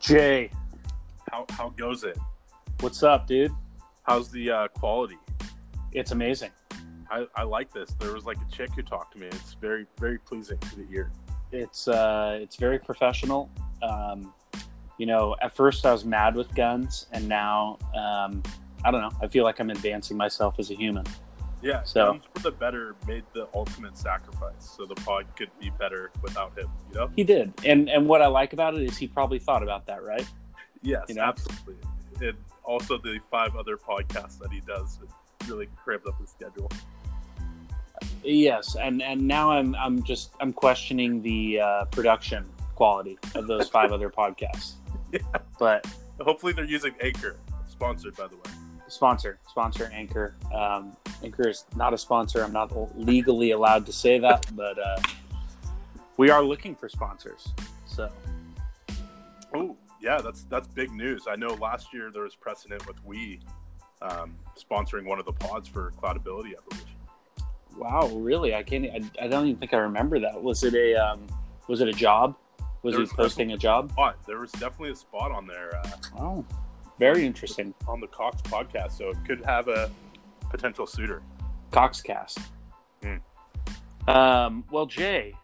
Jay, How how goes it? what's up, dude? How's the uh, quality? It's amazing. I, I like this. There was like a chick who talked to me. It's very very pleasing to the ear. It's uh, it's very professional. Um, you know, at first I was mad with guns, and now um, I don't know. I feel like I'm advancing myself as a human. Yeah. So- Guns for the better made the ultimate sacrifice, so the pod could be better without him. You know? He did, and and what I like about it is he probably thought about that, right? Yes, You know? absolutely. And also the five other podcasts that he does it really crammed up his schedule. Yes, and and now I'm I'm just I'm questioning the uh, production quality of those five other podcasts. Yeah. But Hopefully they're using Anchor, sponsored by the way. sponsor sponsor anchor um, anchor is not a sponsor i'm not legally allowed to say that but uh, we are looking for sponsors so Oh yeah, that's that's big news. I know last year there was precedent with we um, sponsoring one of the pods for cloudability evolution. wow really i can't i, I don't even think i remember that was it a um, was it a job was There he was posting a job spot. There was definitely a spot on there uh, oh very interesting on the Cox podcast, so it could have a potential suitor. coxcast Hmm. um, well jay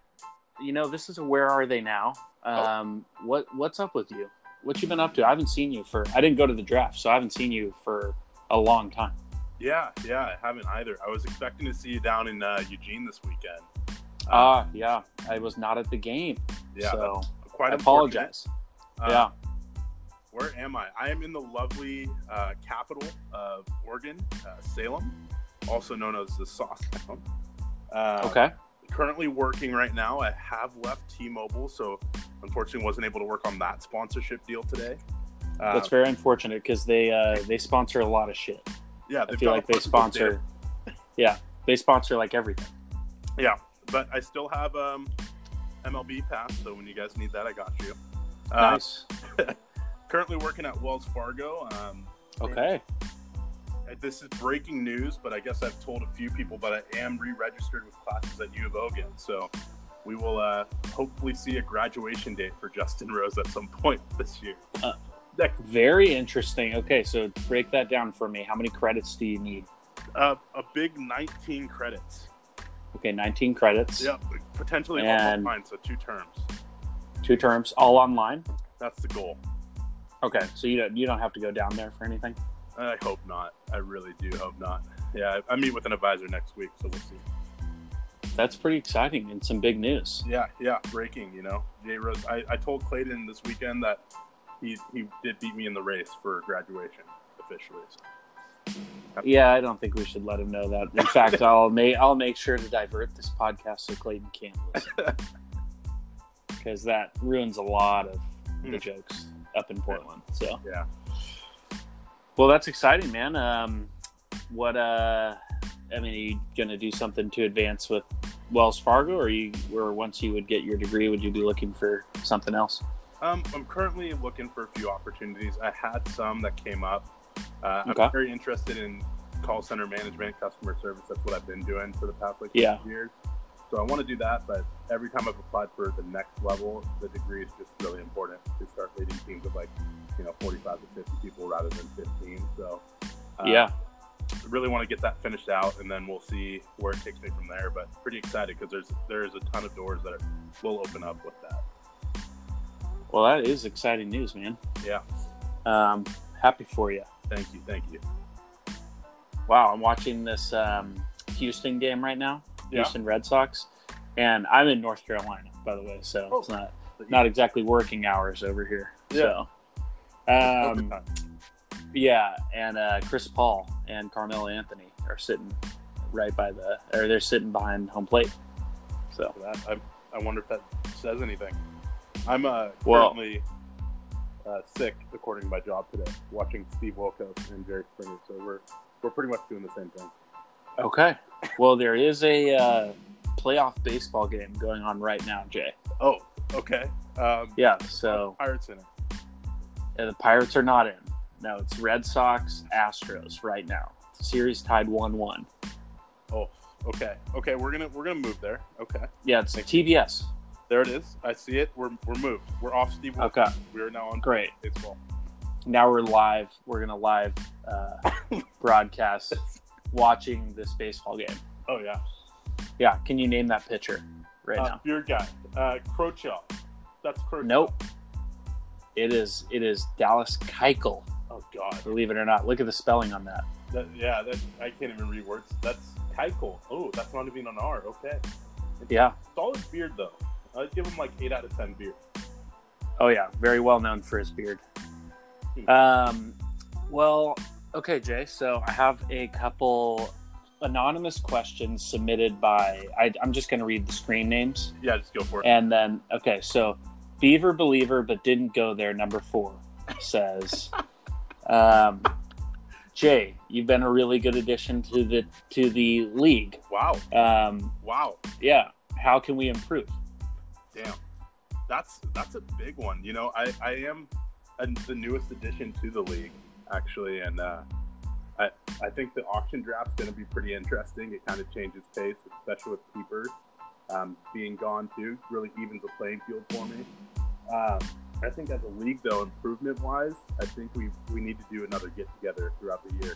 you know this is a where are they now Oh. um, what what's up with you what you been up to i haven't seen you for i didn't go to the draft so i haven't seen you for a long time Yeah, yeah, I haven't either. I was expecting to see you down in uh, Eugene this weekend. Ah, yeah. I was not at the game. Yeah, so that's I quite unfortunate. apologize. Uh, yeah. Where am I? I am in the lovely uh, capital of Oregon, uh, Salem, also known as the Sauce Town. Uh, Okay. currently working right now. I have left T-Mobile, so unfortunately wasn't able to work on that sponsorship deal today. Uh, That's very unfortunate because they uh, they sponsor a lot of shit. yeah, I they've feel got a like they bunch of good data sponsor. Yeah, they sponsor like everything. Yeah, but I still have um, MLB pass, so when you guys need that, I got you. Uh, nice. Currently working at Wells Fargo. Um, Okay. this is breaking news, but I guess I've told a few people, but I am re-registered with classes at U of O again, so we will uh, hopefully see a graduation date for Justin Rose at some point this year. Uh. Next, Very interesting. Okay, so break that down for me. How many credits do you need? uh, a big 19 credits. Okay, 19 credits, Yep, potentially And- all mine, so two terms. two terms, all online. That's the goal. Okay, so you don't you don't have to go down there for anything. I hope not. I really do hope not. Yeah, I, I meet with an advisor next week, so we'll see. That's pretty exciting and some big news. Yeah, yeah, breaking. You know, Jay Rose. I, I told Clayton this weekend that he he did beat me in the race for graduation officially. Yeah, I don't think we should let him know that. In fact, I'll make I'll make sure to divert this podcast so Clayton can't listen, because that ruins a lot of the Hmm. jokes up in Portland. So Yeah. Well, that's exciting, man. Um, what uh, I mean, are you gonna do something to advance with Wells Fargo, or you, or once you would get your degree, would you be looking for something else? Um, I'm currently looking for a few opportunities. I had some that came up. Uh, Okay. I'm very interested in call center management, customer service. That's what I've been doing for the past like Yeah. six years. So I want to do that, but every time I've applied for the next level, the degree is just really important to start leading teams of like, you know, 45 to 50 people rather than 15. So uh, yeah, really want to get that finished out, and then we'll see where it takes me from there. But pretty excited because there's there's a ton of doors that will open up with that. well, that is exciting news, man. Yeah. um, happy for you. Thank you, thank you. Wow, I'm watching this um, Houston game right now, Yeah. Houston Red Sox, and I'm in North Carolina, by the way, so it's not But not exactly working hours over here. Oh. Yeah. So, Overtime. um, yeah, and uh, Chris Paul and Carmelo Anthony are sitting right by the, or they're sitting behind home plate. So for that. I, I wonder if that says anything. I'm uh, Well- currently uh, sick, according to my job today, watching Steve Wilkos and Jerry Springer. So we're we're pretty much doing the same thing. okay, well there is a uh, playoff baseball game going on right now, Jay. Oh, okay. Um, Yeah, so Pirates in it. Yeah, Uh, the Pirates are not in. No, it's Red Sox Astros right now. Series tied one one. Oh, okay, okay. We're gonna we're gonna move there. Okay, Yeah, it's TBS. There it is. I see it. We're, we're moved. We're off Steve. Wilkes. Okay, We are now on great. baseball. Now we're live. We're gonna live uh, broadcast watching this baseball game. Oh yeah. Yeah, can you name that pitcher right uh, now? Beard guy. Uh, Krochop. That's Krochop. Nope. It is it is Dallas Keuchel. Oh god. Believe it or not, look at the spelling on that. That, yeah. That I can't even read words. That's Keichel. Oh, that's not even an R. Okay. Yeah. Solid beard though. I'd give him like eight out of ten beard. Oh yeah, very well known for his beard. Um, well, okay, Jay. So I have a couple anonymous questions submitted by. I, I'm just going to read the screen names, Yeah, just go for it. and then okay. So Beaver Believer, but didn't go there. Number four says, um, Jay, you've been a really good addition to the to the league. Wow. Um, Wow. yeah, how can we improve? Damn. That's that's a big one. You know, I I am a, the newest addition to the league actually, and uh, I I think the auction draft's going to be pretty interesting. It kind of changes pace, especially with keepers um, being gone too. Really evens the playing field for me. Um, I think as a league though, improvement wise, I think we we need to do another get together throughout the year.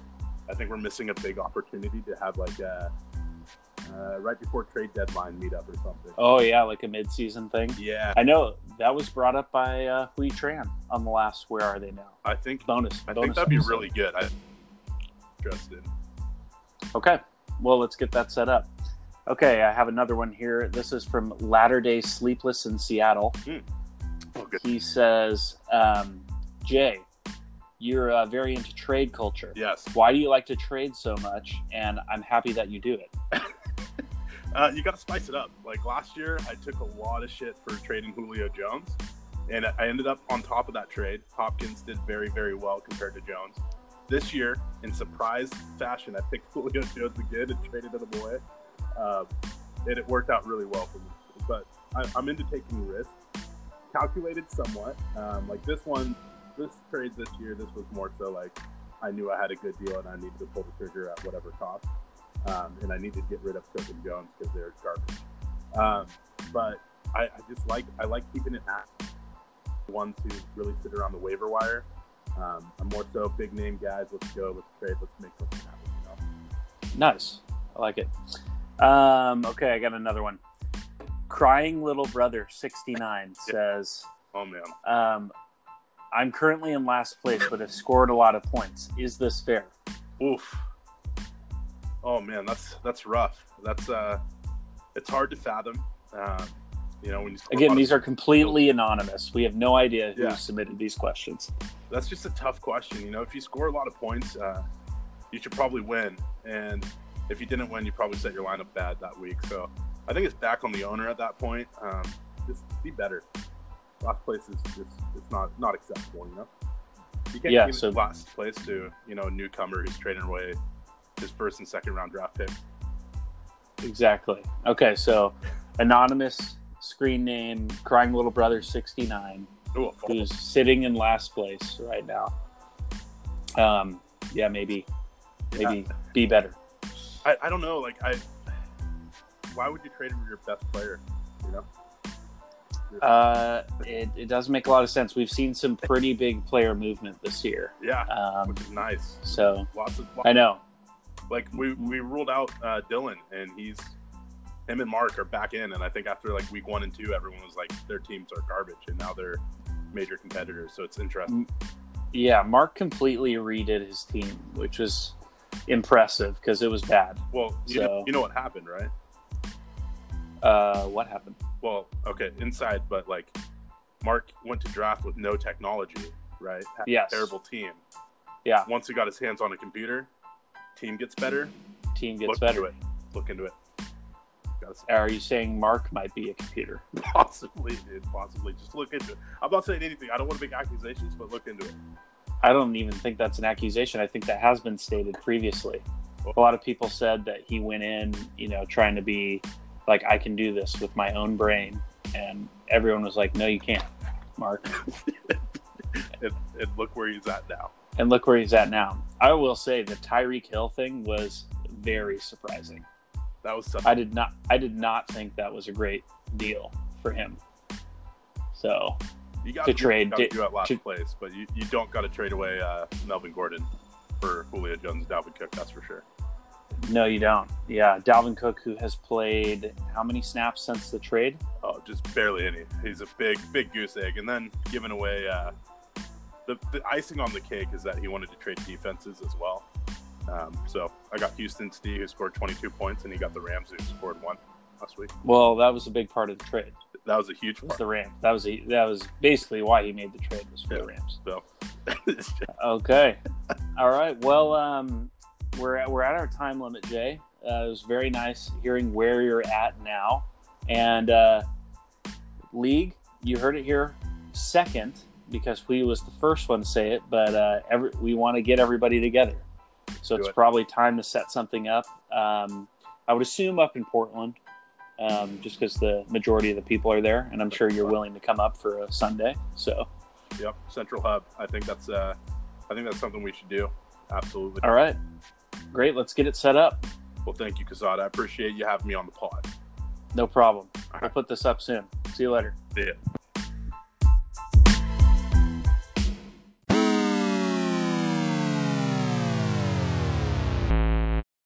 I think we're missing a big opportunity to have like a uh, right before trade deadline meetup or something. Oh yeah, like a mid season thing. Yeah, I know that was brought up by uh, Hui Tran on the last "Where Are They Now" I think bonus. I bonus think that'd be episode. really good. I interested. okay. Well, let's get that set up. Okay, I have another one here. This is from Latter Day Sleepless in Seattle. Oh, good. He says, um, "Jay, you're uh, very into trade culture. Yes. Why do you like to trade so much? And I'm happy that you do it. Uh, you got to spice it up. Like last year, I took a lot of shit for trading Julio Jones, and I ended up on top of that trade. Hopkins did very, very well compared to Jones. This year, in surprise fashion, I picked Julio Jones again and traded him away, uh, and it worked out really well for me. But I, I'm into taking risks, calculated somewhat. Um, like this one, this trade this year, this was more so like I knew I had a good deal and I needed to pull the trigger at whatever cost. um, and I need to get rid of Cook and Jones because they're garbage. Um, but I, I just like I like keeping it at one to really sit around the waiver wire. Um, I'm more so big name guys. Let's go. Let's trade. Let's make something happen. You know? Nice, I like it. Um, okay, I got another one. Crying little brother 69 says." Oh man, Um, I'm currently in last place, but have scored a lot of points. Is this fair? oof. Oh man, that's that's rough. That's uh, it's hard to fathom. Um, you know when you score a lot Again, of- these are completely anonymous. We have no idea who Yeah. submitted these questions. that's just a tough question. You know, if you score a lot of points, uh, you should probably win. And if you didn't win, you probably set your lineup bad that week. So I think it's back on the owner at that point. Um, just be better. Last place is just it's not not acceptable. You know, you can't Yeah, give so- last place to you know a newcomer who's trading away his first and second round draft picks. Exactly. Okay, so anonymous screen name, crying little brother 69, Ooh, a fall. who's sitting in last place right now. Um, yeah, maybe, maybe be better. I, I don't know. Like I, why would you trade him your best player? You know. Uh, it, it doesn't make a lot of sense. We've seen some pretty big player movement this year. Yeah, Um, which is nice. so Lots of I know like we we ruled out uh, Dylan, and he's him and Mark are back in, and I think after like week one and two, everyone was like their teams are garbage, and now they're major competitors. So it's interesting. Yeah, Mark completely redid his team, which was impressive because it was bad. Well, you, So- know, you know what happened, right? Uh, what happened? Well, okay, inside, but like Mark went to draft with no technology, right? Had a Yes. terrible team. Yeah. Once he got his hands on a computer, team gets better. Team gets Look better. into it. Look into it. Got to Are you saying Mark might be a computer? possibly, dude, possibly. Just look into it. I'm not saying anything. I don't want to make accusations, but look into it. I don't even think that's an accusation. I think that has been stated previously. A lot of people said that he went in, you know, trying to be like, I can do this with my own brain. And everyone was like, no, you can't, Mark. and, and look where he's at now. And look where he's at now. I will say the Tyreek Hill thing was very surprising. That was something. I did not I did not think that was a great deal for him. So You got To trade You, Di- at last to- place, but you, you don't got to trade away uh, Melvin Gordon for Julio Jones, and Dalvin Cook. That's for sure. no, you don't. Yeah, Dalvin Cook, who has played how many snaps since the trade? Oh, just barely any. He's a big, big goose egg. And then giving away uh, the, the icing on the cake is that he wanted to trade defenses as well. Um, so I got Houston Steve, who scored 22 points, and he got the Rams, who scored one last week. Well, that was a big part of the trade. That was a huge Was part. the Rams? That was a, that was basically why he made the trade was for the Yeah. Rams. So it's just- Okay. All right. Well, um, we're at, we're at our time limit, Jay. Uh, it was very nice hearing where you're at now, and uh, league. You heard it here second because we was the first one to say it, but uh, every, we want to get everybody together, so Do it's it. probably time to set something up. Um, I would assume up in Portland, um, just because the majority of the people are there, and I'm sure you're willing to come up for a Sunday. So, Yep, Central Hub. I think that's uh, I think that's something we should do. Absolutely. all right, great. Let's get it set up. Well, thank you, Kazada. I appreciate you having me on the pod. No problem. All We'll right. put this up soon. See you later. See ya.